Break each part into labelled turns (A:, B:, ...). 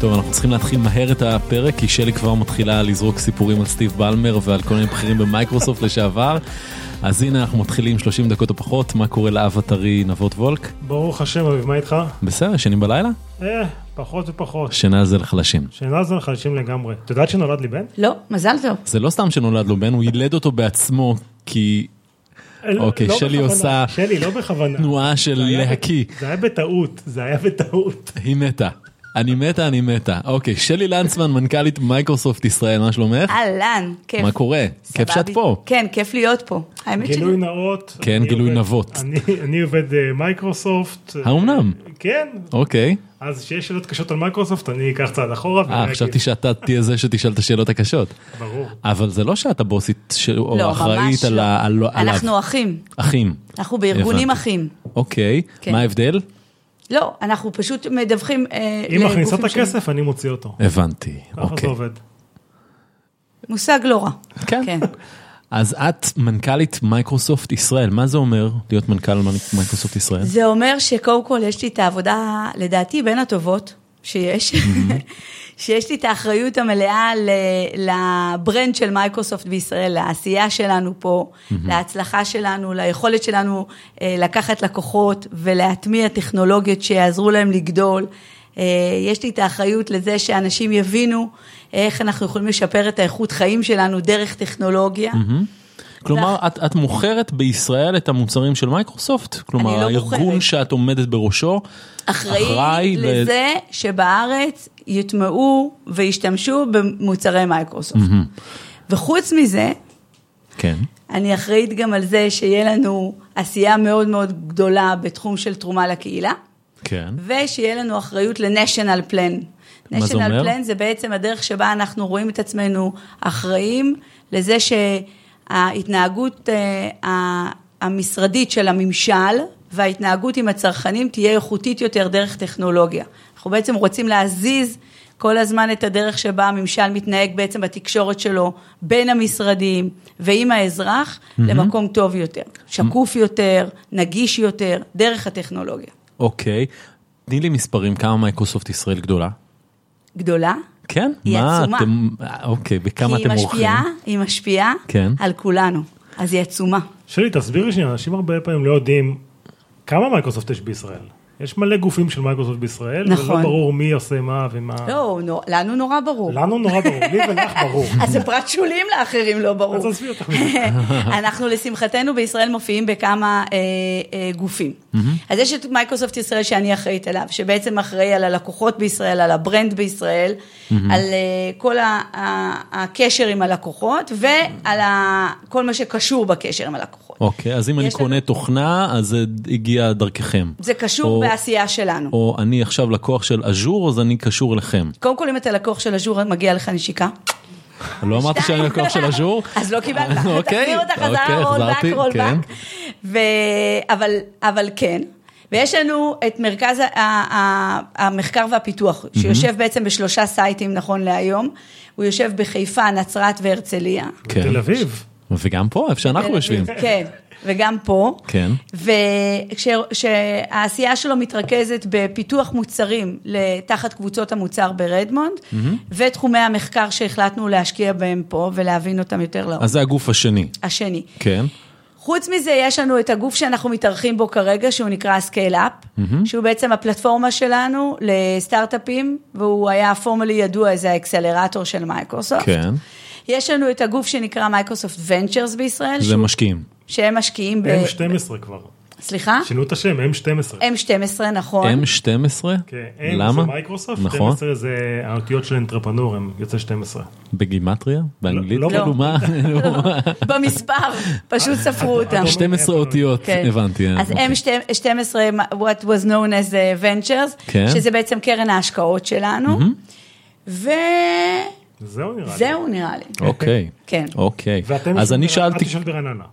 A: טוב, אנחנו צריכים להתחיל מהר את הפרק, כי שלי כבר מתחילה לזרוק סיפורים על סטיב בלמר ועל כל מיני בכירים במייקרוסופט לשעבר. אז הנה אנחנו מתחילים 30 דקות או פחות, מה קורה לאב הטרי נבות וולק?
B: ברוך השם, אביב, מה איתך?
A: בסדר, ישנים בלילה?
B: אה, פחות ופחות.
A: שינה זה לחלשים.
B: שינה זה חלשים לגמרי. את יודעת שנולד לי בן?
C: לא, מזל טוב.
A: זה לא סתם שנולד לו בן, הוא יילד אותו בעצמו, כי
B: אה, לא-
A: אוקיי,
B: לא
A: שלי
B: בכוונה.
A: עושה
B: שלי, לא בכוונה.
A: תנועה של
B: זה היה ב-
A: להקיא,
B: זה היה בטעות, זה היה בטעות.
A: היא מתה. אני מתה, אני מתה. אוקיי, שלי לנצמן, מנכ"לית מייקרוסופט ישראל, מה שלומך?
C: אהלן, כיף.
A: מה קורה?
C: סבבי.
A: כיף שאת פה.
C: כן, כיף להיות פה. האמת
B: גילוי נאות.
A: כן,
B: אני
A: גילוי
B: עובד-
A: נבות.
B: אני- אני עובד אה, מייקרוסופט. אה,
A: האומנם?
B: כן,
A: אוקיי.
B: אז כשיש שאלות קשות על מייקרוסופט, אני אקח צעד אחורה. ואני
A: אה,
B: אגיד,
A: חשבתי שאתה תהיה זה שתשאל את השאלות הקשות.
B: ברור.
A: אבל זה לא שאת הבוסית ש-
C: לא,
A: או אחראית
C: ממש
A: על
C: לא.
A: ה- על- עליו.
C: אנחנו אחים.
A: אחים.
C: אנחנו בארגונים
A: הבנתי.
C: אחים.
A: אוקיי,
C: כן.
A: מה ההבדל?
C: לא, אנחנו פשוט מדווחים אה,
B: היא מכניסה את
C: שונים.
B: הכסף, אני מוציא אותו.
A: הבנתי,
B: ככה זה
A: לא, אוקיי.
B: עובד.
C: מושג לא רע.
A: כן.
C: כן.
A: אז את מנכ"לית מייקרוסופט ישראל, מה זה אומר להיות מנכ"ל מ- מייקרוסופט ישראל?
C: זה אומר שקודם כל יש לי את העבודה, לדעתי, בין הטובות שיש. שיש לי את האחריות המלאה ל- לברנד של מייקרוסופט בישראל, לעשייה שלנו פה, להצלחה שלנו, ליכולת שלנו אה, לקחת לקוחות ולהטמיע טכנולוגיות שיעזרו להם לגדול. אה, יש לי את האחריות לזה שאנשים יבינו איך אנחנו יכולים לשפר את האיכות חיים שלנו דרך טכנולוגיה.
A: כלומר, את, את מוכרת בישראל את המוצרים של מייקרוסופט? כלומר,
C: לא
A: הארגון
C: מוכרת.
A: שאת עומדת בראשו
C: אחראי,
A: אחראי ל-
C: לזה שבארץ יוטמעו וישתמשו במוצרי מייקרוסופט. וחוץ מזה,
A: כן.
C: אני אחראית גם על זה שיהיה לנו עשייה מאוד מאוד גדולה בתחום של תרומה לקהילה,
A: כן.
C: ושיהיה לנו אחריות לנשיונל פלן.
A: מה זה אומר?
C: נשיונל פלן זה בעצם הדרך שבה אנחנו רואים את עצמנו אחראים לזה שההתנהגות אה, ה- המשרדית של הממשל וההתנהגות עם הצרכנים תהיה איכותית יותר דרך טכנולוגיה. אנחנו בעצם רוצים להזיז כל הזמן את הדרך שבה הממשל מתנהג בעצם בתקשורת שלו בין המשרדים ועם האזרח mm-hmm. למקום טוב יותר, שקוף יותר, נגיש יותר, דרך הטכנולוגיה.
A: אוקיי, תני לי מספרים, כמה מייקרוסופט ישראל גדולה?
C: גדולה,
A: כן?
C: היא
A: מה
C: עצומה.
A: אתם, אה, אוקיי, בכמה
C: כי
A: אתם
C: היא
A: עורכים?
C: משפיעה, היא משפיעה
A: כן. אה.
C: על כולנו, אז היא עצומה.
B: שלי, תסבירי שנייה, אנשים הרבה פעמים לא יודעים כמה מייקרוסופט יש בישראל. יש מלא גופים של מייקרוסופט בישראל, ולא
C: נכון.
B: ברור מי עושה מה ומה.
C: לא, נו- לנו נורא ברור.
B: לנו נורא ברור, לי ולך ברור.
C: אז זה פרט שולים לאחרים לא
B: אז
C: ברור.
B: עזבי אותך.
C: אנחנו לשמחתנו בישראל מופיעים בכמה אה, אה, גופים. אז יש את מייקרוסופט ישראל שאני אחראית עליו, שבעצם אחראי על הלקוחות בישראל, על הברנד בישראל, על אה, כל ה- ה- הקשר עם הלקוחות ועל ה- כל מה שקשור בקשר עם הלקוחות.
A: אוקיי, אז אם אני
C: יש
A: קונה תוכנה, אז זה הגיע דרככם.
C: זה
A: או-
C: קשור בעשייה שלנו.
A: או אני עכשיו לקוח של אג'ור, אז אני קשור אליכם.
C: קודם כל, אם אתה לקוח של אג'ור, מגיע לך נשיקה.
A: לא אמרתי שאני לקוח של אג'ור.
C: אז לא קיבלת,
A: אוקיי,
C: תחזיר אותה
A: אוקיי,
C: חזרה, רולבק,
A: החזרתי, כן.
C: רולבק. אבל כן. ויש לנו את מרכז ה- ה- ה- המחקר והפיתוח, שיושב בעצם בשלושה סייטים נכון להיום. הוא יושב בחיפה, נצרת והרצליה.
A: כן.
B: תל אביב.
A: וגם פה, איפה שאנחנו יושבים.
C: כן, וגם פה.
A: כן.
C: וכשהעשייה שלו מתרכזת בפיתוח מוצרים תחת קבוצות המוצר ברדמונד, ותחומי המחקר שהחלטנו להשקיע בהם פה ולהבין אותם יותר לעומק.
A: אז זה הגוף השני.
C: השני.
A: כן.
C: חוץ מזה, יש לנו את הגוף שאנחנו מתארחים בו כרגע, שהוא נקרא Scale-up, שהוא בעצם הפלטפורמה שלנו לסטארט-אפים, והוא היה פורמלי ידוע, זה האקסלרטור של מייקרוסופט.
A: כן.
C: יש לנו את הגוף שנקרא מייקרוסופט ונצ'רס בישראל,
A: זה
C: שהוא-
A: משקיעים.
C: שהם משקיעים ב...
B: M12 כבר.
C: סליחה?
B: שינו את השם,
C: אה.
B: M12.
C: M12, נכון.
A: M12?
B: אוקיי. כן, M
A: למה?
B: זה מייקרוסופט,
A: נכון.
B: 12 זה האותיות של אנטרפנור, הם יוצא 12.
A: בגימטריה? באנגלית?
B: לא, לא.
A: כאילו, מה?
C: במספר, פשוט ספרו אותם.
A: 12 אותיות,
C: כן.
A: הבנתי.
C: אז
A: אוקיי.
C: M12, what was known as uh, ventures,
A: כן.
C: שזה בעצם קרן ההשקעות שלנו, וזהו
B: זהו נראה לי.
C: נראה לי.
A: אוקיי.
C: כן.
A: אוקיי.
B: ואתם
A: אז
B: יושבים
A: אני
B: בר-
A: שאלתי,
B: את יושבת ברעננה.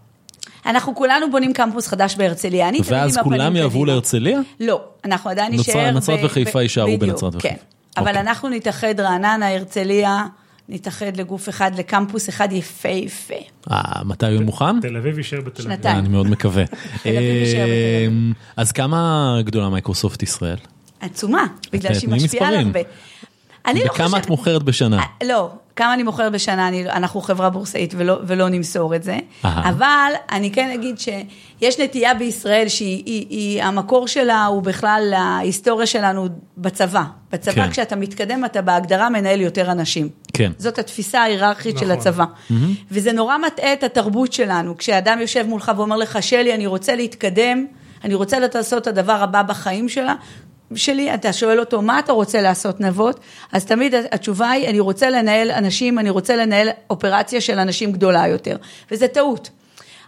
C: אנחנו כולנו בונים קמפוס חדש בהרצליה, אני תמיד עם
A: ואז
C: הפנים
A: כולם יעברו
C: קדימה.
A: להרצליה?
C: לא, אנחנו עדיין
A: נצרת-
C: נישאר...
A: נצרת וחיפה יישארו
C: בדיוק,
A: בנצרת וחיפה.
C: כן, אבל
A: אוקיי.
C: אנחנו נתאחד רעננה, הרצליה, נתאחד לגוף אחד, לקמפוס אחד יפהפה.
A: אה, מתי הוא יהיה מוכן? אה,
B: תל אביב יישאר בתל אביב.
C: שנתיים.
A: אני מאוד מקווה.
C: אביב יישאר בתל אביב.
A: אמ, אז כמה גדולה מייקרוסופט ישראל?
C: עצומה, בגלל שהיא
A: תני
C: משפיעה על
A: מספרים.
C: הרבה. אני לא
A: בכמה את
C: חושבת...
A: מוכרת בשנה?
C: לא, כמה אני מוכרת בשנה, אני, אנחנו חברה בורסאית ולא, ולא נמסור את זה,
A: אהה.
C: אבל אני כן אגיד שיש נטייה בישראל שהיא, היא, היא, המקור שלה הוא בכלל ההיסטוריה שלנו בצבא. בצבא
A: כן.
C: כן. כשאתה מתקדם אתה בהגדרה מנהל יותר אנשים.
A: כן.
C: זאת התפיסה ההיררכית נכון. של
B: נכון.
C: הצבא. Mm-hmm. וזה נורא מטעה את התרבות שלנו, כשאדם יושב מולך ואומר לך, שלי, אני רוצה להתקדם, אני רוצה לעשות את הדבר הבא בחיים שלה. שלי, אתה שואל אותו, מה אתה רוצה לעשות נבות? אז תמיד התשובה היא, אני רוצה לנהל אנשים, אני רוצה לנהל אופרציה של אנשים גדולה יותר. וזה טעות.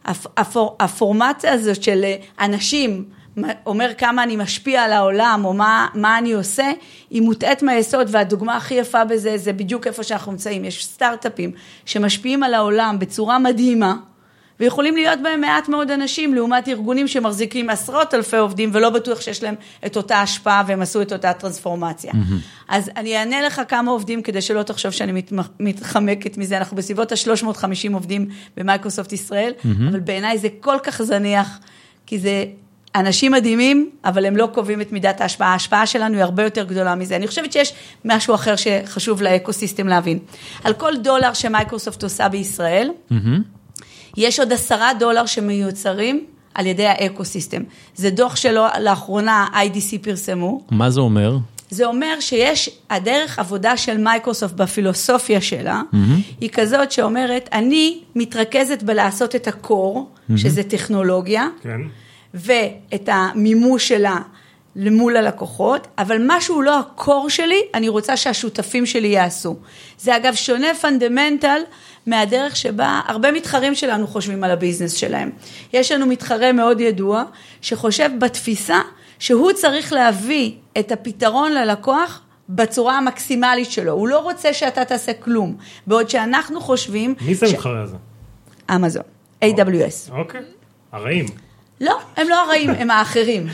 C: הפ- הפור, הפורמציה הזאת של אה, אנשים, מה- אומר כמה אני משפיע על העולם, או מה, מה אני עושה, היא מוטעית מהיסוד, והדוגמה הכי יפה בזה, זה בדיוק איפה שאנחנו נמצאים. יש סטארט-אפים שמשפיעים על העולם בצורה מדהימה, ויכולים להיות בהם מעט מאוד אנשים, לעומת ארגונים שמחזיקים עשרות אלפי עובדים, ולא בטוח שיש להם את אותה השפעה, והם עשו את אותה טרנספורמציה. אז אני אענה לך כמה עובדים, כדי שלא תחשוב שאני מתמח- מתחמקת מזה. אנחנו בסביבות ה-350 עובדים במייקרוסופט ישראל, אבל בעיניי זה כל כך זניח, כי זה אנשים מדהימים, אבל הם לא קובעים את מידת ההשפעה. ההשפעה שלנו היא הרבה יותר גדולה מזה. אני חושבת שיש משהו אחר שחשוב לאקוסיסטם להבין. על כל דולר שמייקרוסופט עושה בישראל, יש עוד עשרה דולר שמיוצרים על ידי האקו-סיסטם. זה דוח שלו, לאחרונה IDC פרסמו.
A: מה זה אומר?
C: זה אומר שיש, הדרך עבודה של מייקרוסופט בפילוסופיה שלה, mm-hmm. היא כזאת שאומרת, אני מתרכזת בלעשות את הקור, mm-hmm. שזה טכנולוגיה,
B: כן.
C: ואת המימוש שלה מול הלקוחות, אבל מה שהוא לא הקור שלי, אני רוצה שהשותפים שלי יעשו. זה אגב שונה פונדמנטל מהדרך שבה הרבה מתחרים שלנו חושבים על הביזנס שלהם. יש לנו מתחרה מאוד ידוע, שחושב בתפיסה שהוא צריך להביא את הפתרון ללקוח בצורה המקסימלית שלו. הוא לא רוצה שאתה תעשה כלום. בעוד שאנחנו חושבים...
B: מי זה
C: ש-
B: המתחרה הזה?
C: אמזון, AWS.
B: אוקיי. הרעים.
C: לא, הם לא הרעים, הם האחרים.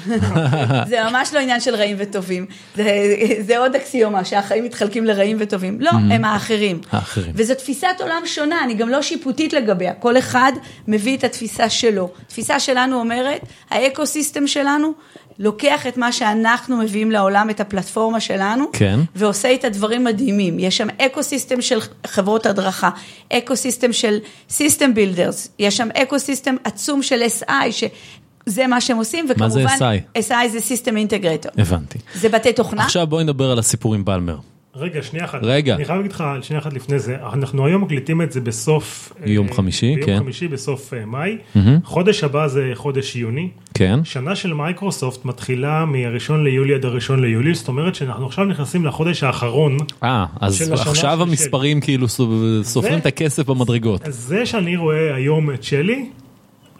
C: זה ממש לא עניין של רעים וטובים. זה, זה עוד אקסיומה, שהחיים מתחלקים לרעים וטובים. לא, הם האחרים.
A: האחרים.
C: וזו תפיסת עולם שונה, אני גם לא שיפוטית לגביה. כל אחד מביא את התפיסה שלו. התפיסה שלנו אומרת, האקו-סיסטם שלנו לוקח את מה שאנחנו מביאים לעולם, את הפלטפורמה שלנו,
A: כן.
C: ועושה איתה דברים מדהימים. יש שם אקו-סיסטם של חברות הדרכה, אקו-סיסטם של סיסטם בילדרס, יש שם אקו-סיסטם עצום של SI, שזה מה שהם עושים, וכמובן...
A: מה זה
C: SI זה סיסטם אינטגרטור.
A: הבנתי.
C: זה בתי תוכנה.
A: עכשיו בואי נדבר על הסיפור עם בלמר.
B: רגע, שנייה אחת.
A: רגע.
B: אני חייב להגיד לך, שנייה אחת לפני זה, אנחנו היום מקליטים את זה בסוף...
A: יום
B: אה,
A: חמישי, כן.
B: ביום חמישי בסוף אה, מאי. חודש הבא זה חודש יוני.
A: כן.
B: שנה של מייקרוסופט מתחילה מ-1 ליולי עד ה-1 ליולי, זאת אומרת שאנחנו עכשיו נכנסים לחודש האחרון.
A: אה, אז
B: של השנה
A: עכשיו
B: של
A: המספרים כאילו סוב- סופרים
B: זה-
A: את הכסף במדרגות.
B: אז זה שאני רואה היום את שלי,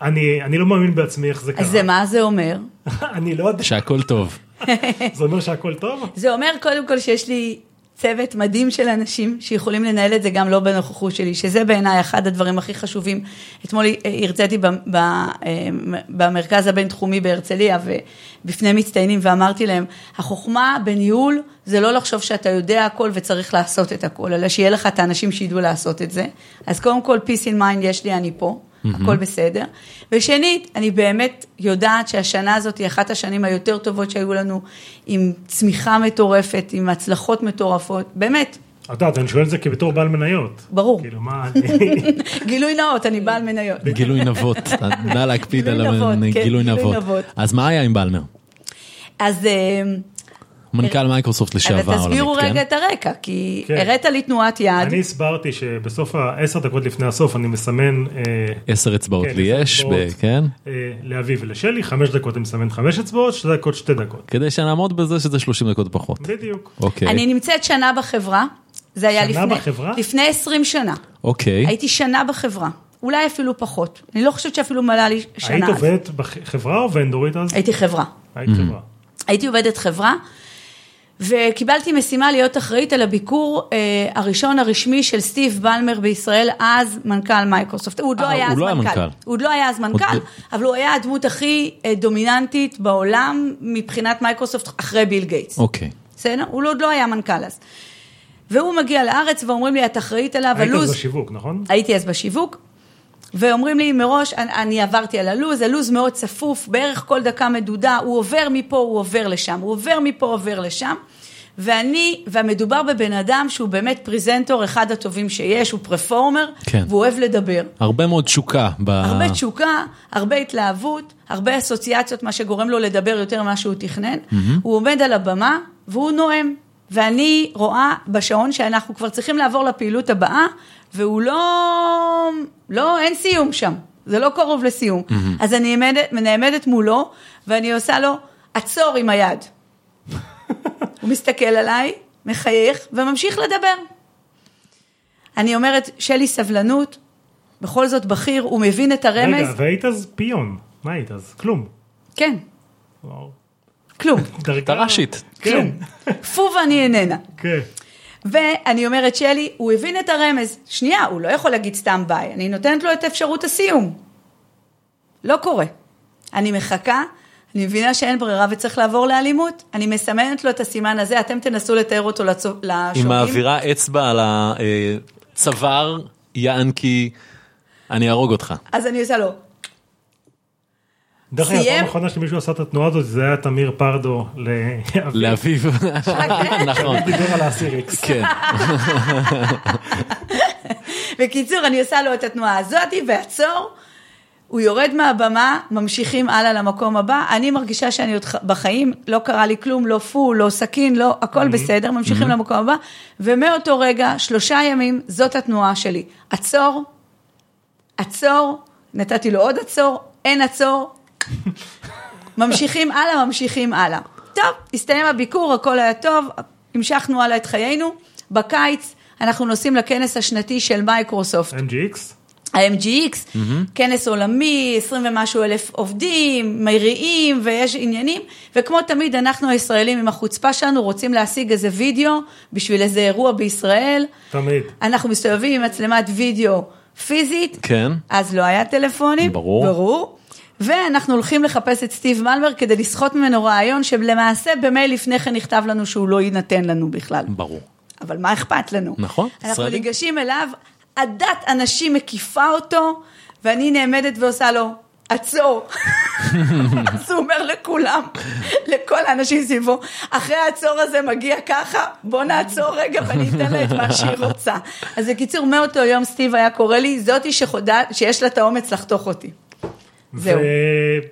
B: אני, אני לא מאמין בעצמי איך זה קרה.
C: אז זה מה זה אומר?
B: אני לא יודע,
A: שהכל טוב.
B: זה אומר שהכל טוב?
C: זה אומר קודם כל שיש לי צוות מדהים של אנשים שיכולים לנהל את זה גם לא בנוכחות שלי, שזה בעיניי אחד הדברים הכי חשובים. אתמול אה, הרציתי ב- ב- אה, במרכז הבינתחומי בהרצליה ובפני מצטיינים ואמרתי להם, החוכמה בניהול זה לא לחשוב שאתה יודע הכל וצריך לעשות את הכל, אלא שיהיה לך את האנשים שידעו לעשות את זה. אז קודם כל, peace in mind יש לי, אני פה.
B: Mm-hmm.
C: הכל בסדר. ושנית, אני באמת יודעת שהשנה הזאת היא אחת השנים היותר טובות שהיו לנו, עם צמיחה מטורפת, עם הצלחות מטורפות, באמת,
B: את יודעת, אני שואל את זה כבתור בעל מניות.
C: ברור.
B: כאילו, מה, אני-
C: גילוי נאות, אני בעל מניות.
A: גילוי נבות, אה, נא להקפיד על
C: גילוי נבות,
A: המ-
C: כן,
A: גילוי
C: גילוי
A: נבות.
C: נבות.
A: אז מה היה עם בלמר?
C: אז אה,
A: מנכ"ל מייקרוסופט
C: אבל
A: לשעבר
C: תסבירו
A: העולמית, כן?
C: רגע את הרקע, כי
B: כן.
C: הראת לי תנועת יד,
B: אני הסברתי שבסוף העשר דקות לפני הסוף אני מסמן אה,
A: עשר אצבעות
B: כן,
A: לי
B: עשר
A: יש,
B: אצבעות.
A: ב- כן?
B: אה, לאביב ולשלי, חמש דקות אני מסמן חמש אצבעות, שתי דקות שתי דקות.
A: כדי שנעמוד בזה שזה 30 דקות פחות.
B: בדיוק.
A: אוקיי,
C: אני נמצאת שנה בחברה, זה היה
B: שנה
C: לפני-
B: בחברה?
C: לפני 20 שנה,
A: אוקיי.
C: הייתי שנה בחברה, אולי אפילו פחות, אני לא חושבת שאפילו מלאה לי שנה. אה,
B: היית
C: אז.
B: עובדת בחברה או ונדורית אז?
C: הייתי חברה.
B: היית
A: אה.
B: חברה.
C: הייתי עובדת חברה, וקיבלתי משימה להיות אחראית על הביקור אה, הראשון הרשמי של סטיב בלמר בישראל, אז מנכ"ל מייקרוסופט. הוא עוד לא
A: אה,
C: היה
A: הוא
C: אז
A: לא היה
C: מנכ"ל.
A: מנכ"ל.
C: הוא עוד לא היה אז מנכ"ל,
A: עוד-
C: אבל הוא היה הדמות הכי אה, דומיננטית בעולם מבחינת מייקרוסופט אחרי ביל גייטס.
A: אוקיי.
C: בסדר? הוא עוד לא היה מנכ"ל אז. והוא מגיע לארץ ואומרים לי, את אחראית עליו,
B: היית אז
C: הלו"ז...
B: בשיווק, נכון?
C: הייתי אז בשיווק, ואומרים לי מראש, אני, אני עברתי על הלו"ז, הלו"ז מאוד צפוף, בערך כל דקה מדודה, הוא עובר מפה, הוא עובר לשם, הוא עובר מפה, עובר לשם, ואני, ומדובר בבן אדם שהוא באמת פריזנטור אחד הטובים שיש, הוא פרפורמר,
A: כן.
C: והוא אוהב לדבר.
A: הרבה מאוד תשוקה. ב...
C: הרבה תשוקה, הרבה התלהבות, הרבה אסוציאציות, מה שגורם לו לדבר יותר ממה שהוא תכנן. Mm-hmm. הוא עומד על הבמה והוא נואם. ואני רואה בשעון שאנחנו כבר צריכים לעבור לפעילות הבאה, והוא לא... לא, אין סיום שם. זה לא קרוב לסיום. Mm-hmm. אז אני נעמדת, נעמדת מולו, ואני עושה לו, עצור עם היד. הוא מסתכל עליי, מחייך, וממשיך לדבר. אני אומרת, שלי סבלנות, בכל זאת בכיר, הוא מבין את הרמז.
B: רגע, והיית אז פיון. מה היית אז? כלום.
C: כן,
B: וואו.
C: כלום,
A: אתה ראשית.
B: כן,
C: כלום. פו ואני איננה.
B: כן.
C: ואני אומרת, שלי, הוא הבין את הרמז. שנייה, הוא לא יכול להגיד סתם ביי. אני נותנת לו את אפשרות הסיום. לא קורה. אני מחכה, אני מבינה שאין ברירה וצריך לעבור לאלימות. אני מסמנת לו את הסימן הזה, אתם תנסו לתאר אותו לצו-
A: היא
C: לשומעים.
A: מעבירה אצבע על הצוואר, יענקי, אני אהרוג אותך.
C: אז אני עושה לו,
B: דרך אגב,
C: סיים?
B: הפעם האחרונה שמישהו עשה את התנועה הזאת, זה היה תמיר פרדו לאביב.
A: לאביו. נכון.
B: דיבר על האסיר איקס.
A: כן.
C: בקיצור, אני עושה לו את התנועה הזאת, ועצור. הוא יורד מהבמה, ממשיכים הלאה למקום הבא. אני מרגישה שאני עוד ח- בחיים, לא קרה לי כלום, לא פו, לא סכין, לא, הכל בסדר, ממשיכים למקום הבא. ומאותו רגע, שלושה ימים, זאת התנועה שלי. עצור, עצור, נתתי לו עוד עצור, אין עצור. ממשיכים הלאה, ממשיכים הלאה. טוב, הסתיים הביקור, הכל היה טוב, המשכנו הלאה את חיינו. בקיץ אנחנו נוסעים לכנס השנתי של מייקרוסופט.
B: MGX?
C: ה-MGX, mm-hmm. כנס עולמי, 20 ומשהו אלף עובדים, מריעים ויש עניינים, וכמו תמיד אנחנו הישראלים עם החוצפה שלנו רוצים להשיג איזה וידאו בשביל איזה אירוע בישראל.
B: תמיד.
C: אנחנו מסתובבים עם מצלמת וידאו פיזית,
A: כן.
C: אז לא היה טלפונים,
A: ברור.
C: ברור. ואנחנו הולכים לחפש את סטיב מלמר כדי לסחוט ממנו רעיון שלמעשה במייל לפני כן נכתב לנו שהוא לא יינתן לנו בכלל.
A: ברור.
C: אבל מה אכפת לנו?
A: נכון,
C: אנחנו
A: ישראלי.
C: ישראלי. ניגשים אליו, עדת אנשים מקיפה אותו, ואני נעמדת ועושה לו, עצור. אז הוא אומר לכולם, לכל האנשים סביבו, אחרי העצור הזה מגיע ככה, בוא נעצור רגע ואני אתן לה את מה שהיא רוצה. אז בקיצור, מאותו יום סטיב היה קורא לי, זאתי שחודה, שיש לה את האומץ לחתוך אותי. זהו.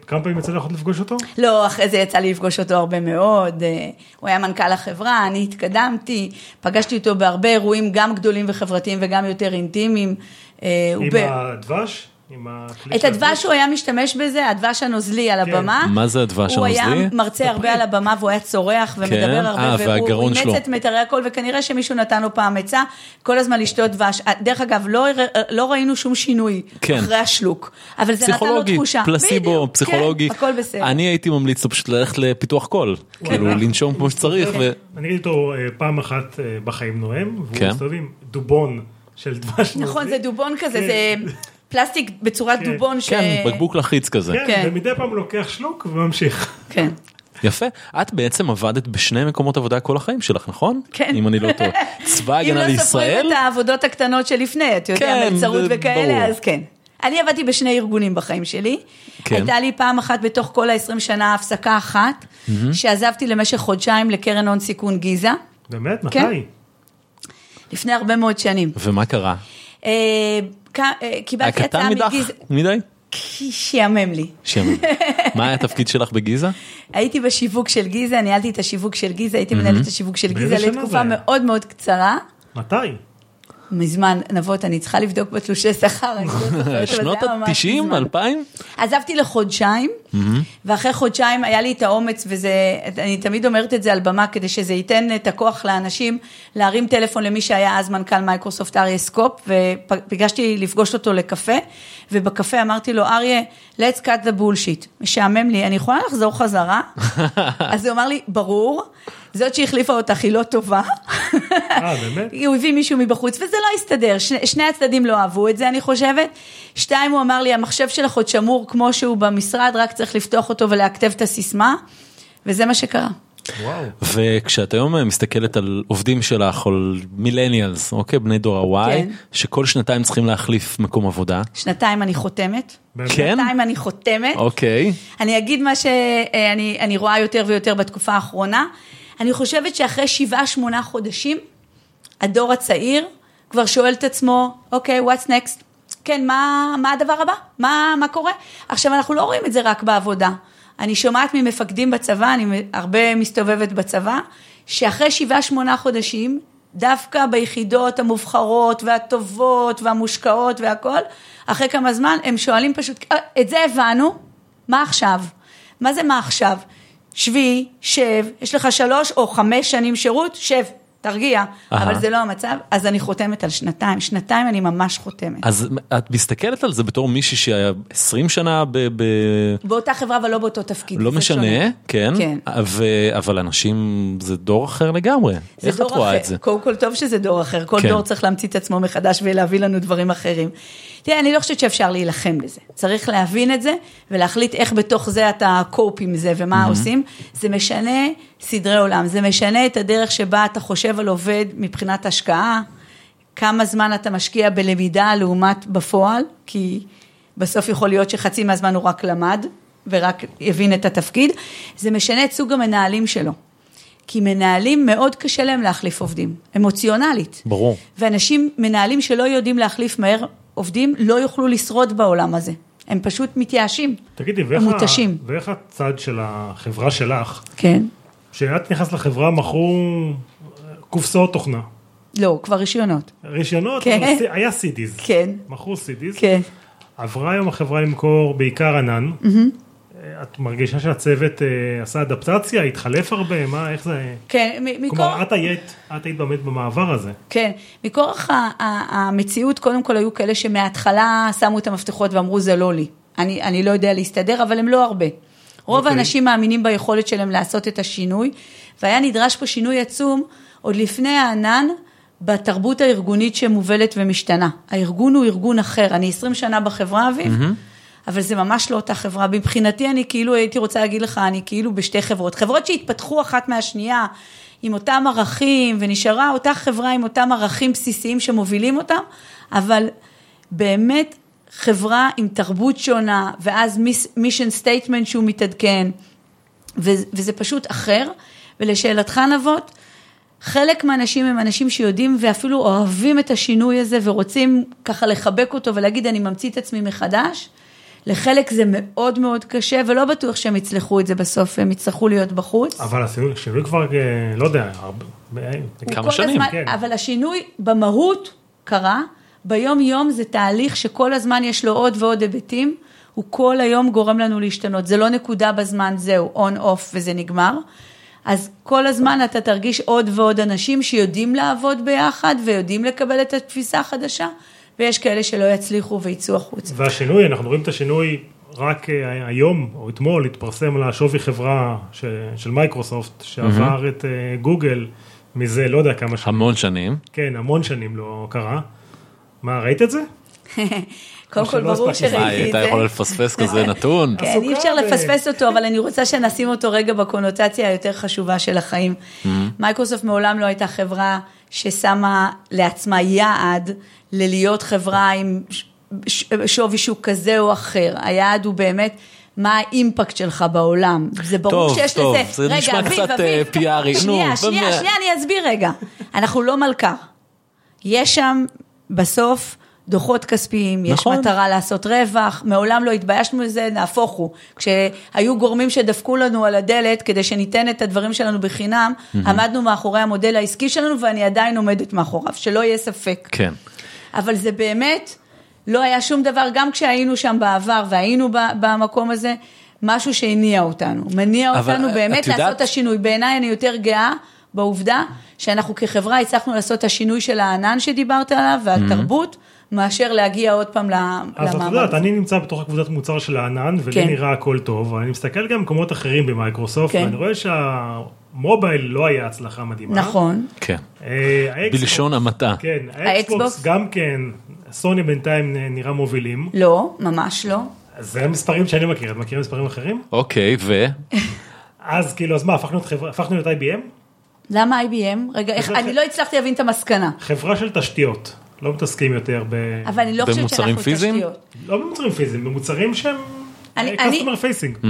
B: וכמה פעמים יצא לך עוד לפגוש אותו?
C: לא, אחרי זה יצא לי לפגוש אותו הרבה מאוד, אה, הוא היה מנכ"ל החברה, אני התקדמתי, פגשתי אותו בהרבה אירועים, גם גדולים וחברתיים וגם יותר אינטימיים. אה, הוא
B: עם
C: ב-
B: הדבש? עם הכלי
C: את
B: של
C: הדבש הוא היה משתמש בזה, הדבש הנוזלי על
B: כן.
C: הבמה.
A: מה זה הדבש
C: הוא
A: הנוזלי?
C: היה מרצה הרבה על הבמה והוא היה צורח
A: כן?
C: ומדבר
A: אה,
C: הרבה, והוא
A: והגרון
C: אימץ
A: שלו.
C: את מיתרי הכל, וכנראה שמישהו נתן לו פעם עצה, כל הזמן לשתות דבש. דרך אגב, לא הר- לא ראינו שום שינוי
A: כן.
C: אחרי השלוק, אבל זה נתן לו
A: פסיכולוגי,
C: תחושה.
A: פלסיבו,
C: בדיוק, כן,
A: פסיכולוגי.
C: הכל בסדר. כן.
A: אני הייתי ממליץ לו פשוט ללכת לפיתוח קול. כאילו לנשום כמו שצריך.
C: אוקיי.
A: ו-
B: אני ראיתי אותו אה, פעם אחת אה, בחיים נואם,
A: כן.
B: והוא מסתובב עם דובון של דבש.
C: נכון, זה
B: נוזלי.
C: דובון כזה,
B: כן.
C: זה פלסטיק בצורת
B: כן.
C: דובון ש...
A: כן, בקבוק לחיץ כזה.
B: כן,
C: כן.
B: ומדי פעם הוא לוקח שלוק וממשיך.
C: כן.
A: יפה. את בעצם עבדת בשני מקומות עבודה כל החיים שלך, נכון?
C: כן.
A: אם אני לא טועה. צבא
C: אם
A: ההגנה
C: לא
A: לישראל?
C: סופרים את העבודות הקטנות שלפני, אתה יודע,
A: כן,
C: מלצרות
A: זה ברור.
C: וכאלה, אז כן. אני עבדתי בשני ארגונים בחיים שלי.
A: כן.
C: הייתה לי פעם אחת בתוך כל ה-20 שנה הפסקה אחת, שעזבתי למשך חודשיים לקרן הון סיכון גיזה,
B: באמת?
C: כן.
B: מתי?
C: לפני הרבה מאוד שנים.
A: ומה קרה?
C: אה, ק- אה,
A: היה
C: קיבלתי
A: קטן
C: הצעה
A: מדי?
C: מגיזה,
A: מדי?
C: שיאמם לי.
A: שם. מה היה התפקיד שלך בגיזה?
C: הייתי בשיווק של גיזה, ניהלתי את השיווק של גיזה, הייתי מנהלת את השיווק של
B: באיזה
C: גיזה
B: שנה זה
C: לתקופה
B: היה?
C: מאוד מאוד קצרה.
B: מתי?
C: מזמן, נבות, אני צריכה לבדוק בתלושי שכר, אני לא זוכרת, אבל זה היה
A: שנות
C: ממש
A: ה-90?
C: מזמן.
A: 2000?
C: עזבתי לחודשיים, ואחרי חודשיים היה לי את האומץ, וזה, אני תמיד אומרת את זה על במה, כדי שזה ייתן את הכוח לאנשים להרים טלפון למי שהיה אז מנכ"ל מייקרוסופט אריה סקופ, וביקשתי לפגוש אותו לקפה, ובקפה אמרתי לו, אריה, let's cut the bullshit, משעמם לי, אני יכולה לחזור חזרה? אז הוא אמר לי, ברור, זאת שהחליפה אותך היא לא טובה.
B: אה, באמת?
C: הוא הביא מישהו מבחוץ, וזה לא הסתדר, שני, שני הצדדים לא אהבו את זה, אני חושבת. שתיים, הוא אמר לי, המחשב שלך עוד שמור כמו שהוא במשרד, רק צריך לפתוח אותו ולהכתב את הסיסמה, וזה מה שקרה.
B: וואו.
A: וכשאת היום מסתכלת על עובדים שלך, או על מילניאלס, אוקיי, בני דור ה-Y,
C: כן.
A: שכל שנתיים צריכים להחליף מקום עבודה.
C: שנתיים אני חותמת.
B: באמת?
A: כן?
C: שנתיים אני חותמת.
A: אוקיי.
C: אה, אני אגיד מה שאני אני רואה יותר ויותר בתקופה האחרונה. אני חושבת שאחרי שבעה, שמונה חודשים, הדור הצעיר כבר שואל את עצמו, אוקיי, okay, what's next? כן, מה, מה הדבר הבא? מה, מה קורה? עכשיו, אנחנו לא רואים את זה רק בעבודה. אני שומעת ממפקדים בצבא, אני הרבה מסתובבת בצבא, שאחרי שבעה, שמונה חודשים, דווקא ביחידות המובחרות והטובות והמושקעות והכל, אחרי כמה זמן הם שואלים פשוט, "אה, את זה הבנו, מה עכשיו? מה זה מה עכשיו? שבי, שב, יש לך שלוש או חמש שנים שירות, שב, תרגיע.
A: אהה.
C: אבל זה לא המצב, אז אני חותמת על שנתיים, שנתיים אני ממש חותמת.
A: אז את מסתכלת על זה בתור מישהי שהיה 20 שנה ב... ב...
C: באותה חברה אבל לא באותו תפקיד.
A: לא
C: זה
A: משנה,
C: שונה.
A: כן,
C: כן.
A: ו... אבל אנשים זה דור אחר לגמרי,
C: זה
A: איך את
C: דור
A: רואה
C: אחר.
A: את זה?
C: קודם כל טוב שזה דור אחר, כל
A: כן.
C: דור צריך להמציא את עצמו מחדש ולהביא לנו דברים אחרים. תראה, אני לא חושבת שאפשר להילחם בזה. צריך להבין את זה ולהחליט איך בתוך זה אתה קופ עם זה ומה עושים. זה משנה סדרי עולם, זה משנה את הדרך שבה אתה חושב על עובד מבחינת השקעה, כמה זמן אתה משקיע בלמידה לעומת בפועל, כי בסוף יכול להיות שחצי מהזמן הוא רק למד ורק הבין את התפקיד. זה משנה את סוג המנהלים שלו. כי מנהלים מאוד קשה להם להחליף עובדים, אמוציונלית.
A: ברור.
C: ואנשים, מנהלים שלא יודעים להחליף מהר עובדים, לא יוכלו לשרוד בעולם הזה. הם פשוט מתייאשים.
B: תגידי, ואיך,
C: המותשים.
B: ה... ואיך הצד של החברה שלך,
C: כן.
B: כשאת נכנסת לחברה מכרו אה, קופסאות תוכנה,
C: לא, כבר רישיונות.
B: רישיונות,
C: כן.
B: אבל היה CDs,
C: כן.
B: מכרו CDs,
C: כן.
B: עברה היום החברה למכור בעיקר ענן, אה, את מרגישה שהצוות אה, עשה אדפטציה, התחלף הרבה, מה, איך זה,
C: כן, מ- מכל...
B: כלומר, את היית, את היית באמת במעבר הזה,
C: כן, מכורח ה- ה- המציאות, קודם כל היו כאלה שמההתחלה שמו את המפתחות ואמרו זה לא לי. אני, אני לא יודע להסתדר, אבל הם לא הרבה. רוב okay.
B: אוקיי.
C: האנשים מאמינים ביכולת שלהם לעשות את השינוי, והיה נדרש פה שינוי עצום עוד לפני הענן בתרבות הארגונית שמובלת ומשתנה. הארגון הוא ארגון אחר, אני 20 שנה בחברה, אביב, mm-hmm. אבל זה ממש לא אותה חברה. מבחינתי אני כאילו הייתי רוצה להגיד לך, אני כאילו בשתי חברות. חברות שהתפתחו אחת מהשנייה, עם אותם ערכים, ונשארה אותה חברה עם אותם ערכים בסיסיים שמובילים אותם, אבל באמת חברה עם תרבות שונה, ואז מישן סטייטמנט שהוא מתעדכן, ו- וזה פשוט אחר. ולשאלתך נבות, חלק מהאנשים הם אנשים שיודעים ואפילו אוהבים את השינוי הזה ורוצים ככה לחבק אותו ולהגיד אני ממציא את עצמי מחדש. לחלק זה מאוד מאוד קשה ולא בטוח שהם יצלחו את זה בסוף, הם יצטרכו להיות בחוץ.
B: אבל השינוי השינוי כבר, אה, לא יודע, הרבה, אה,
C: הוא
A: כמה
C: כל
A: שנים,
C: הזמן,
B: כן.
C: אבל השינוי במהות קרה, ביום יום זה תהליך שכל הזמן יש לו עוד ועוד היבטים, הוא כל היום גורם לנו להשתנות, זה לא נקודה בזמן, זהו, און אוף וזה נגמר. אז כל הזמן אתה תרגיש עוד ועוד אנשים שיודעים לעבוד ביחד ויודעים לקבל את התפיסה החדשה, ויש כאלה שלא יצליחו ויצאו החוצה.
B: והשינוי, אנחנו רואים את השינוי רק אה, היום או אתמול התפרסם על השווי חברה ש- של מייקרוסופט שעבר את אה, גוגל מזה לא יודע כמה שנים,
A: המון שנים.
B: כן המון שנים לא קרה. מה ראית את זה?
C: קודם כל
B: שלא
C: ברור
B: הספקתי.
A: מה,
C: שראיתי את
A: הייתה
C: זה.
A: יכולה לפספס כזה נתון?
C: כן, אי אפשר
B: עסוקה ב-
C: לפספס אותו, אבל אני רוצה שנשים אותו רגע בקונוטציה היותר חשובה של החיים.
A: Mm-hmm.
C: מייקרוסופט מעולם לא הייתה חברה ששמה לעצמה יעד ללהיות חברה עם ש- ש- שווי שוק כזה או אחר. היעד הוא באמת... מה האימפקט שלך בעולם? זה ברור
A: טוב,
C: שיש
A: טוב,
C: לזה...
A: זה נשמע
C: רגע, אביב,
A: קצת,
C: אביב.
A: אה, פיארי, נו,
C: שנייה, שנייה,
A: באמת.
C: שנייה, אני אסביר רגע. אנחנו לא מלכ"ר. יש שם בסוף דוחות כספיים, יש
A: נכון.
C: מטרה לעשות רווח, מעולם לא התביישנו מזה, נהפוך הוא. כשהיו גורמים שדפקו לנו על הדלת כדי שניתן את הדברים שלנו בחינם, עמדנו מאחורי המודל העסקי שלנו ואני עדיין עומדת מאחוריו, שלא יהיה ספק.
A: כן.
C: אבל זה באמת, לא היה שום דבר, גם כשהיינו שם בעבר והיינו ב- במקום הזה, משהו שהניע אותנו. מניע
A: אבל,
C: אותנו
A: אה, את
C: באמת
A: יודעת-
C: לעשות את השינוי. בעיניי אני יותר גאה בעובדה שאנחנו כחברה הצלחנו לעשות את השינוי של הענן שדיברת עליו
A: Mhm.
C: והתרבות, מאשר להגיע עוד פעם ל-
B: אז את
C: למעמד.
B: יודעת, אה, אני נמצא בתוך הקבוצת מוצר של הענן ולי
C: כן.
B: נראה הכל טוב, אבל אני מסתכל גם במקומות אחרים במייקרוסופט
C: כן.
B: ואני רואה שהמובייל לא היה הצלחה מדהימה.
C: נכון.
A: כן.
B: אה, האקסבוקס-
A: בלשון המעטה.
B: כן,
C: האקסבוקס?
B: האקסבוקס גם כן, סוני בינתיים אה, נראה מובילים.
C: לא, ממש לא.
B: זה המספרים שאני מכיר, את מכירה מספרים אחרים?
A: אוקיי, ו?
B: אז כאילו, אז מה, הפכנו את, חברה, הפכנו את IBM?
C: למה IBM? רגע, איך,
B: זה-
C: אני לא הצלחתי להבין את המסקנה.
B: חברה של תשתיות, לא מתעסקים יותר ב...
C: אבל אני לא חושבת
A: במוצרים
C: שאנחנו
A: פיזיים?
C: תשתיות.
B: לא במוצרים פיזיים, במוצרים שהם... אה,
C: אני-
B: אני...
C: אני-
B: customer facing.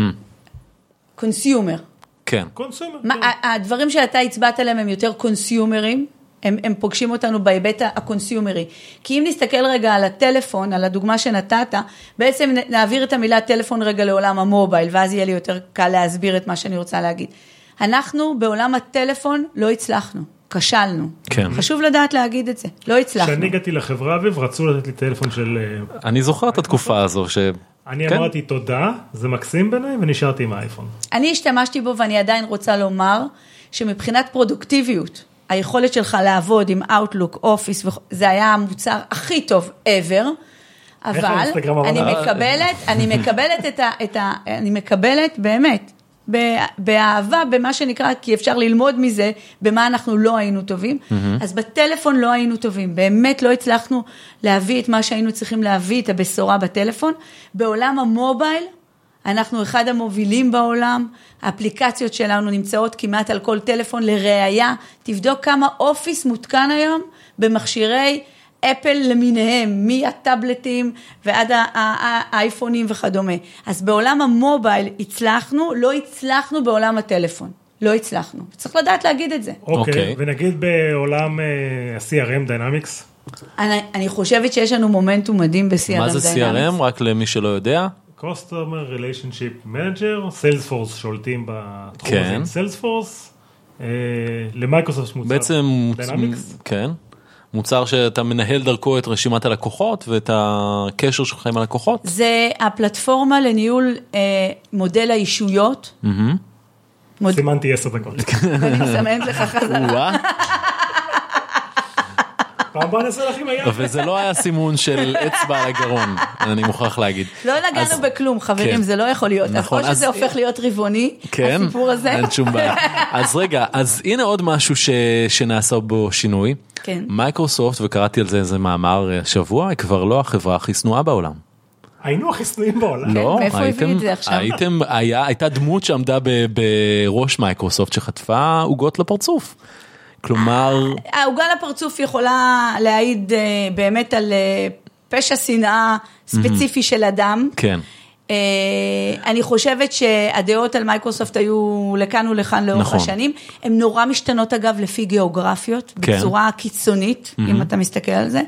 C: קונסיומר.
A: כן.
B: קונסומר.
C: מה,
B: כן.
C: ה- הדברים שאתה הצבעת עליהם הם יותר קונסיומרים, הם, הם פוגשים אותנו בהיבט ה- הקונסיומרי. כי אם נסתכל רגע על הטלפון, על הדוגמה שנתת, בעצם נ- נעביר את המילה טלפון רגע לעולם המובייל, ואז יהיה לי יותר קל להסביר את מה שאני רוצה להגיד. אנחנו בעולם הטלפון לא הצלחנו, כשלנו.
A: כן.
C: חשוב לדעת להגיד את זה, לא הצלחנו.
B: כשאני הגעתי לחברה אביב רצו לתת לי טלפון של אה,
A: אני זוכר את התקופה הזו ש...
B: אני
A: כן.
B: אמרתי תודה זה מקסים בעיניי ונשארתי עם האייפון.
C: אני השתמשתי בו ואני עדיין רוצה לומר שמבחינת פרודוקטיביות, היכולת שלך לעבוד עם Outlook, Office, וכ- זה היה המוצר הכי טוב ever, אבל
B: האינסטגרם אמר
C: אני
B: לך?
C: מקבלת, אני מקבלת את ה... את ה אני מקבלת באמת. ב- באהבה, במה שנקרא, כי אפשר ללמוד מזה, במה אנחנו לא היינו טובים. אז בטלפון לא היינו טובים, באמת לא הצלחנו להביא את מה שהיינו צריכים להביא, את הבשורה בטלפון. בעולם המובייל, אנחנו אחד המובילים בעולם, האפליקציות שלנו נמצאות כמעט על כל טלפון, לראיה, תבדוק כמה אופיס מותקן היום במכשירי אפל למיניהם, מהטאבלטים ועד ה- ה- ה- האייפונים וכדומה. אז בעולם המובייל הצלחנו, לא הצלחנו בעולם הטלפון, לא הצלחנו. צריך לדעת להגיד את זה.
A: אוקיי.
B: אוקיי ונגיד בעולם אה, ה-CRM דיינמיקס
C: אני, אני חושבת שיש לנו מומנטום מדהים ב-CRM.
A: מה זה
C: Dynamics.
A: CRM? רק למי שלא יודע.
B: Customer Relationship Manager, סיילספורס שולטים בתחום
A: כן.
B: הזה עם סיילספורס, אה, למייקרוסופט מוצר.
A: בעצם, מוצ-
B: דיינמיקס.
A: כן. מוצר שאתה מנהל דרכו את רשימת הלקוחות ואת הקשר שלך עם הלקוחות.
C: זה הפלטפורמה לניהול אה, מודל האישויות. מוד...
B: סימנתי 10 דקות.
A: כן.
C: אני מסמנת לך חזרה.
A: וואה.
B: פעם הבאה נעשה לך עם היד.
A: וזה לא היה סימון של אצבע על הגרון, אני מוכרח להגיד.
C: לא נגענו
A: אז-
C: בכלום, חברים,
A: כן.
C: זה לא יכול להיות. אז
A: נכון,
C: או שזה
A: אז-
C: הופך להיות רבעוני,
A: כן,
C: הסיפור הזה.
A: אין שום בעיה. אז רגע, אז הנה עוד משהו ש... שנעשה בו שינוי.
C: כן.
A: מייקרוסופט, וקראתי על זה איזה מאמר אה, השבוע, היא כבר לא החברה הכי שנואה בעולם.
B: היינו הכי שנואים בעולם.
A: לא,
C: כן, מאיפה הוא הביא
A: הייתם-
C: את זה עכשיו?
A: הייתם, היה, הייתה דמות שעמדה ב- בראש מייקרוסופט שחטפה עוגות לפרצוף. כלומר,
C: העוגה לפרצוף יכולה להעיד אה, באמת על אה, פשע שנאה ספציפי של אדם.
A: Mhm. כן.
C: אה, אני חושבת שהדעות על מייקרוסופט היו לכאן ולכאן לאורך
A: נכון.
C: השנים. הן נורא משתנות אגב לפי גיאוגרפיות,
A: כן. Mhm.
C: בצורה קיצונית, אם אתה מסתכל על זה.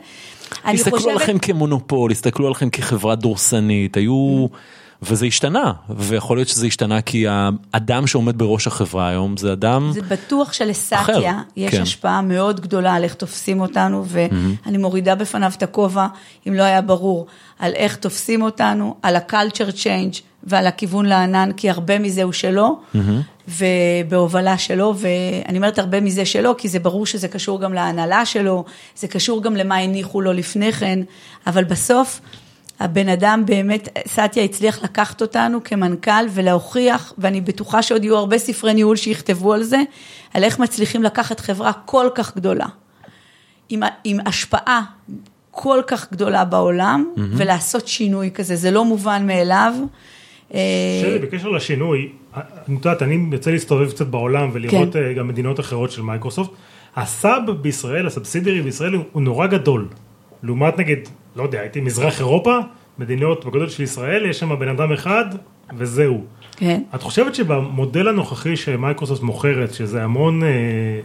C: אני
A: הסתכלו
C: חושבת-
A: עליכם כמונופול, הסתכלו עליכם כחברה דורסנית, היו... וזה השתנה, ויכול להיות שזה השתנה כי האדם שעומד בראש החברה היום זה אדם...
C: זה בטוח
A: אחר,
C: שלסאטיה יש
A: כן. Mm-hmm.
C: כן. השפעה מאוד גדולה על איך תופסים אותנו, ואני מורידה בפניו את הכובע, אם לא היה ברור, על איך תופסים אותנו, על ה-culture change ועל הכיוון לענן, כי הרבה מזה הוא שלו,
A: Mm-hmm.
C: ובהובלה שלו, ואני אומרת הרבה מזה שלו, כי זה ברור שזה קשור גם להנהלה שלו, זה קשור גם למה הניחו לו לפני כן, אבל בסוף... הבן אדם באמת, סטיה הצליח לקחת אותנו כמנכ"ל ולהוכיח, ואני בטוחה שעוד יהיו הרבה ספרי ניהול שיכתבו על זה, על איך מצליחים לקחת חברה כל כך גדולה, עם, ה- עם השפעה כל כך גדולה בעולם, mm-hmm. ולעשות שינוי כזה, זה לא מובן מאליו. אה,
B: שלי, בקשר לשינוי, את יודעת, אני יוצא להסתובב קצת בעולם ולראות
C: כן.
B: אה, גם מדינות אחרות של מייקרוסופט. הסאב בישראל, הסאבסידרי בישראל הוא- הוא נורא גדול. לעומת נגיד, לא יודע, הייתי מזרח אירופה, מדינות בגודל של ישראל, יש שם בן אדם אחד וזהו.
C: כן.
B: את חושבת שבמודל הנוכחי שמייקרוסופט מוכרת, שזה המון אה,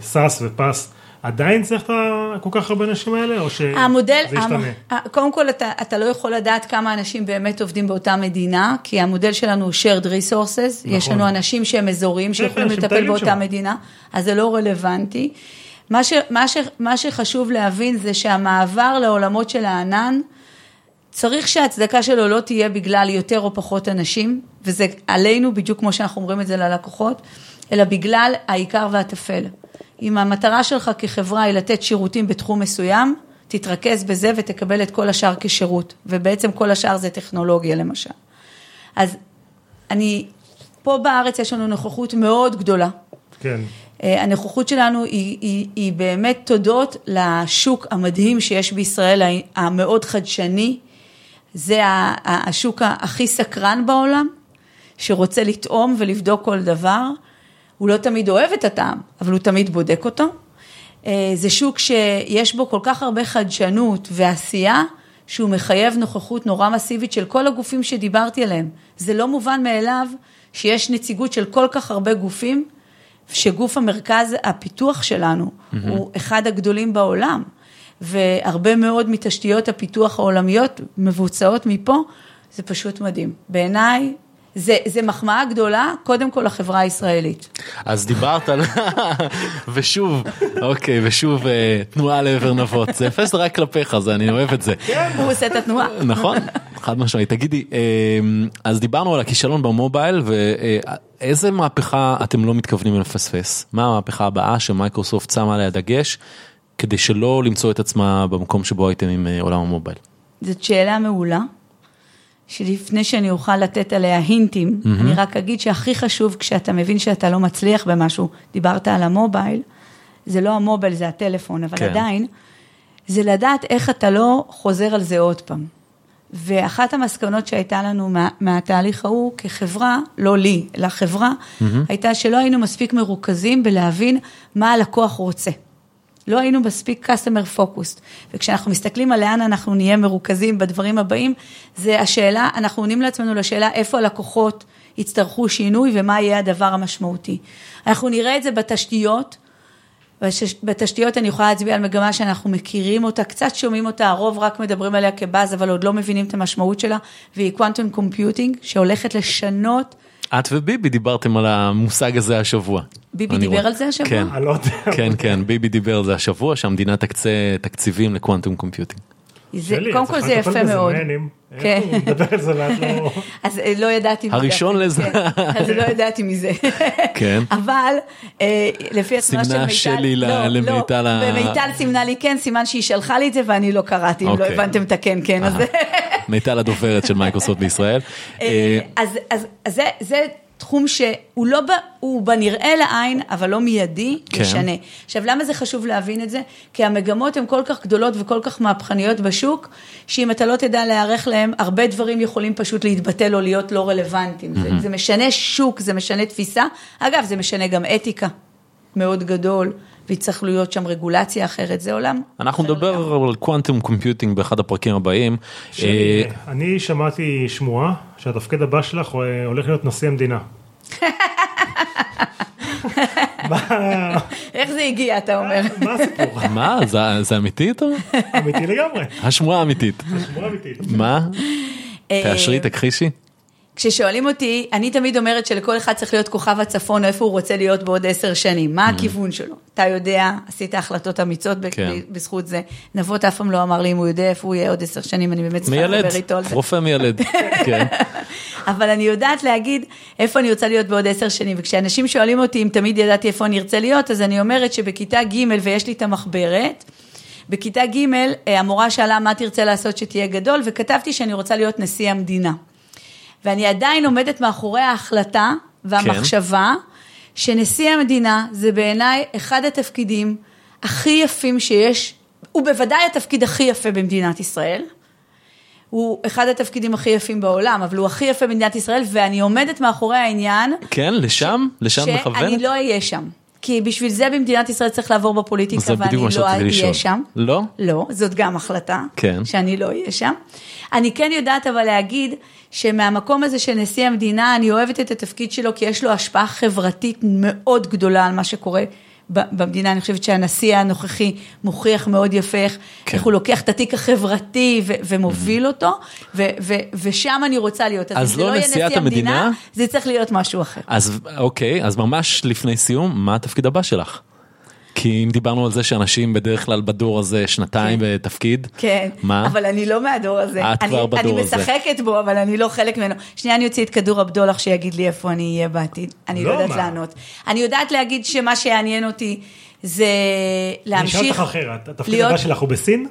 B: סאס ופס, עדיין צריך את ה- כל כך הרבה אנשים האלה, או שזה
C: המודל, המ-
B: אה, ישתנה?
C: ה- קודם כל אתה, אתה לא יכול לדעת כמה אנשים באמת עובדים באותה מדינה, כי המודל שלנו הוא shared resources, נכון. יש
B: נכון.
C: לנו אנשים שהם אזוריים שיכולים
B: אנשים
C: לטפל
B: מטיילים
C: באותה
B: שם.
C: מדינה, אז זה לא רלוונטי. מה, ש, מה, ש, מה שחשוב להבין זה שהמעבר לעולמות של הענן, צריך שההצדקה שלו לא תהיה בגלל יותר או פחות אנשים, וזה עלינו בדיוק כמו שאנחנו אומרים את זה ללקוחות, אלא בגלל העיקר והטפל. אם המטרה שלך כחברה היא לתת שירותים בתחום מסוים, תתרכז בזה ותקבל את כל השאר כשירות, ובעצם כל השאר זה טכנולוגיה למשל. אז אני, פה בארץ יש לנו נוכחות מאוד גדולה
B: כן.
C: אה, הנוכחות שלנו היא, היא, היא באמת תודות לשוק המדהים שיש בישראל, ה- המאוד חדשני. זה ה- ה- השוק ה- הכי סקרן בעולם, שרוצה לטעום ולבדוק כל דבר. הוא לא תמיד אוהב את הטעם, אבל הוא תמיד בודק אותו. אה, זה שוק שיש בו כל כך הרבה חדשנות ועשייה, שהוא מחייב נוכחות נורא מסיבית של כל הגופים שדיברתי עליהם. זה לא מובן מאליו שיש נציגות של כל כך הרבה גופים, שגוף המרכז הפיתוח שלנו הוא אחד הגדולים בעולם, והרבה מאוד מתשתיות הפיתוח העולמיות מבוצעות מפה, זה פשוט מדהים. בעיניי, זה, זה מחמאה גדולה, קודם כל לחברה הישראלית.
A: אז דיברת על... ושוב, אוקיי, ושוב אה, תנועה לעבר נבות. זה יפה שזה רק כלפיך, זה אני אוהב את זה.
C: כן. הוא עושה את התנועה.
A: נכון, חד משמעית. תגידי, אה, אז דיברנו על הכישלון במובייל, ואיזה מהפכה אתם לא מתכוונים לפספס? מה המהפכה הבאה שמייקרוסופט שמה עליה דגש, כדי שלא למצוא את עצמה במקום שבו הייתם עם אה, עולם המובייל?
C: זאת שאלה מעולה, שלפני שאני אוכל לתת עליה הינטים, mm-hmm. אני רק אגיד שהכי חשוב כשאתה מבין שאתה לא מצליח במשהו, דיברת על המובייל, זה לא המובייל, זה הטלפון, אבל
A: כן.
C: כן. עדיין, זה לדעת איך אתה לא חוזר על זה עוד פעם. ואחת המסקנות שהייתה לנו מה, מהתהליך ההוא, כחברה, לא לי, אלא חברה, mm-hmm. הייתה שלא היינו מספיק מרוכזים בלהבין מה הלקוח רוצה. לא היינו מספיק customer focused. וכשאנחנו מסתכלים על לאן אנחנו נהיה מרוכזים בדברים הבאים, זה השאלה, אנחנו עונים לעצמנו לשאלה איפה הלקוחות יצטרכו שינוי ומה יהיה הדבר המשמעותי. אנחנו נראה את זה בתשתיות, בש- בתשתיות אני יכולה להצביע על מגמה שאנחנו מכירים אותה, קצת שומעים אותה, הרוב רק מדברים עליה כבאז, אבל עוד לא מבינים את המשמעות שלה, והיא קוונטום קומפיוטינג, שהולכת לשנות,
A: את וביבי דיברתם על המושג הזה השבוע.
C: ביבי
A: אני
C: דיבר
A: רואה.
C: על זה השבוע?
A: כן,
B: אני לא יודע.
A: כן, כן, ביבי דיבר על זה השבוע, שהמדינה תקצה תקציבים לקוונטום קומפיוטינג.
C: זה,
B: שלי,
C: קודם
B: את
C: כל
B: צריכה
C: זה
B: לטפל
C: יפה
B: בזה,
C: מאוד.
B: מעניינים. איך
C: כן.
B: הוא מדבר על זה ואת לא...
C: אז אה, לא ידעתי מזה.
A: הראשון לזה.
C: כן, אז לא ידעתי מזה.
A: כן.
C: אבל אה, לפי התמונה של
A: סימנה
C: מיטל...
A: שלי ל-
C: לא,
A: למיטל
C: לא,
A: ה-
C: ומיטל סימנה לי כן, סימן שהיא שלחה לי את זה ואני לא קראתי, אם לא
A: אוקיי.
C: הבנתם את הכן כן הזה.
A: מיטל הדוברת של מייקרוסופט בישראל.
C: אה,
A: אה,
C: אז, אז, אז זה, זה תחום שהוא לא, ב, הוא בנראה לעין, אבל לא מיידי,
A: כן.
C: כן. ישנה. עכשיו, למה זה חשוב להבין את זה? כי המגמות הן כל כך גדולות וכל כך מהפכניות בשוק, שאם אתה לא תדע להיערך להן, הרבה דברים יכולים פשוט להתבטל או להיות לא רלוונטיים. זה,
A: Mm-hmm.
C: זה משנה שוק, זה משנה תפיסה. אגב, זה משנה גם אתיקה מאוד גדול, ויצטרך להיות שם רגולציה אחרת, זה לא- עולם.
A: אנחנו נדבר על קוונטום קומפיוטינג באחד הפרקים הבאים. אה,
B: אה, אני שמעתי שמועה שהתפקיד הבא שלך אה, הולך להיות נשיא המדינה. מה
C: איך זה הגיע, אתה אומר?
B: מה הסיפור?
A: אה, מה, זה- זה אמיתי אתה אומר?
B: אמיתי לגמרי.
A: השמועה אמיתית.
B: שמועה אמיתית.
A: מה? תאשרי,
C: אה,
A: תכחישי.
C: כששואלים אותי, אני תמיד אומרת שלכל אחד צריך להיות כוכב הצפון, איפה הוא רוצה להיות בעוד עשר שנים, מה הכיוון שלו. אתה יודע, עשית החלטות אמיצות ב-
A: כן.
C: ב- בזכות זה. נבות אף פעם לא אמר לי אם הוא יודע איפה הוא יהיה עוד עשר שנים, אני באמת צריכה
A: מיילד,
C: לדבר איתו על זה.
A: רופא מיילד. כן.
C: אבל אני יודעת להגיד איפה אני רוצה להיות בעוד עשר שנים. וכשאנשים שואלים אותי אם תמיד ידעתי איפה אני ארצה להיות, אז אני אומרת שבכיתה ג' ויש לי את המחברת. בכיתה ג' אה, המורה שאלה מה תרצה לעשות שתהיה גדול, וכתבתי שאני רוצה להיות נשיא המדינה. ואני עדיין עומדת מאחורי ההחלטה והמחשבה כן. שנשיא המדינה זה בעיניי אחד התפקידים הכי יפים שיש, הוא בוודאי התפקיד הכי יפה במדינת ישראל. הוא אחד התפקידים הכי יפים בעולם, אבל הוא הכי יפה במדינת ישראל, ואני עומדת מאחורי העניין
A: כן, לשם? לשם
C: שאני
A: מכוונת?
C: לא אהיה שם. כי בשביל זה במדינת ישראל צריך לעבור בפוליטיקה,
A: זה
C: ואני
A: בדיוק מה
C: לא
A: שרציתי לשאול.
C: אהיה שם.
A: לא?
C: לא, זאת גם החלטה,
A: כן.
C: שאני לא אהיה שם. אני כן יודעת אבל להגיד שמהמקום הזה של נשיא המדינה, אני אוהבת את התפקיד שלו, כי יש לו השפעה חברתית מאוד גדולה על מה שקורה. ב- במדינה, אני חושבת שהנשיא הנוכחי מוכיח מאוד יפה איך
A: כן. Mm-hmm.
C: כן. הוא לוקח את התיק החברתי ו- ומוביל אותו, ו- ו- ושם אני רוצה להיות.
A: אז
C: אם
A: לא
C: זה יהיה
A: נשיאת
C: נשיא
A: המדינה?
C: זה צריך להיות משהו אחר.
A: אז אוקיי, אז ממש לפני סיום, מה התפקיד הבא שלך? כי אם דיברנו על זה שאנשים בדרך כלל בדור הזה שנתיים בתפקיד,
C: כן,
A: מה?
C: אבל אני לא מהדור הזה.
A: את
C: אני,
A: כבר בדור
C: אני
A: הזה.
C: משחקת בו, אבל אני לא חלק ממנו. שנייה אני אוציא את כדור הבדולח שיגיד לי איפה אני אהיה בעתיד. אני לא,
B: לא,
C: יודעת
B: מה?
C: לענות. אני יודעת להגיד שמה שיעניין אותי זה
B: אני אשאל אותך
C: להמשיך...
B: אחרת, התפקיד
C: להיות-
B: הבא שלך הוא בסין?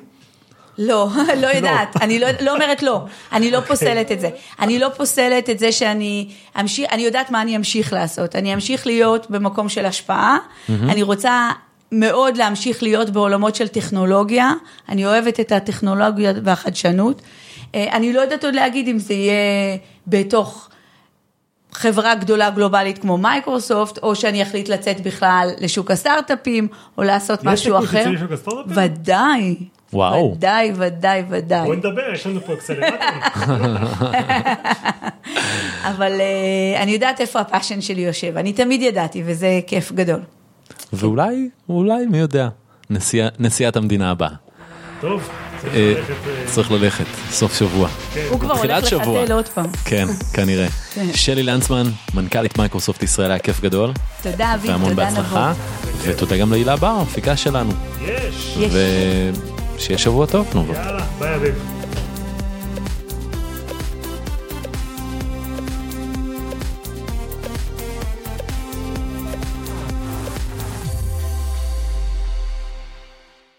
C: לא, לא יודעת, אני לא, לא אומרת לא, אני
B: אוקיי.
C: לא פוסלת את זה. אני לא פוסלת את זה שאני אמשיך, אני יודעת מה אני אמשיך לעשות. אני אמשיך להיות במקום של השפעה, אני רוצה מאוד להמשיך להיות בעולמות של טכנולוגיה, אני אוהבת את הטכנולוגיה והחדשנות. אה, אני לא יודעת עוד להגיד אם זה יהיה בתוך חברה גדולה גלובלית כמו מייקרוסופט, או שאני אחליט לצאת בכלל לשוק הסטארט-אפים, או לעשות
B: יש
C: משהו
B: סיכוי
C: אחר.
B: שתצאי לשוק הסטארט-אפים?
C: ודאי.
A: וואו.
C: אה, ודאי, ודאי, ודאי. אה.
B: בואי נדבר, יש לנו פה אקסלרטור.
C: אבל אה, אני יודעת איפה הפאשן שלי יושב, אני תמיד ידעתי, וזה כיף גדול.
A: ואולי, אולי, מי יודע, נשיא- נשיאת המדינה הבאה.
B: טוב, צריך
A: אה,
B: ללכת, אה,
A: צריך ללכת, סוף שבוע.
C: הוא כבר
A: בתחילת
C: הולך
A: שבוע.
C: לחתל עוד פעם.
A: כן, כנראה.
C: כן.
A: שלי לנצמן, מנכ"לית מייקרוסופט ישראל, היה כיף גדול,
C: תודה אביב,
A: והמון
C: תודה נבון.
A: בהצלחה, ותודה גם להילה בר, המפיקה שלנו,
B: יש,
C: יש.
A: ושיהיה שבוע טוב, נו.
B: יאללה, ביי אביב.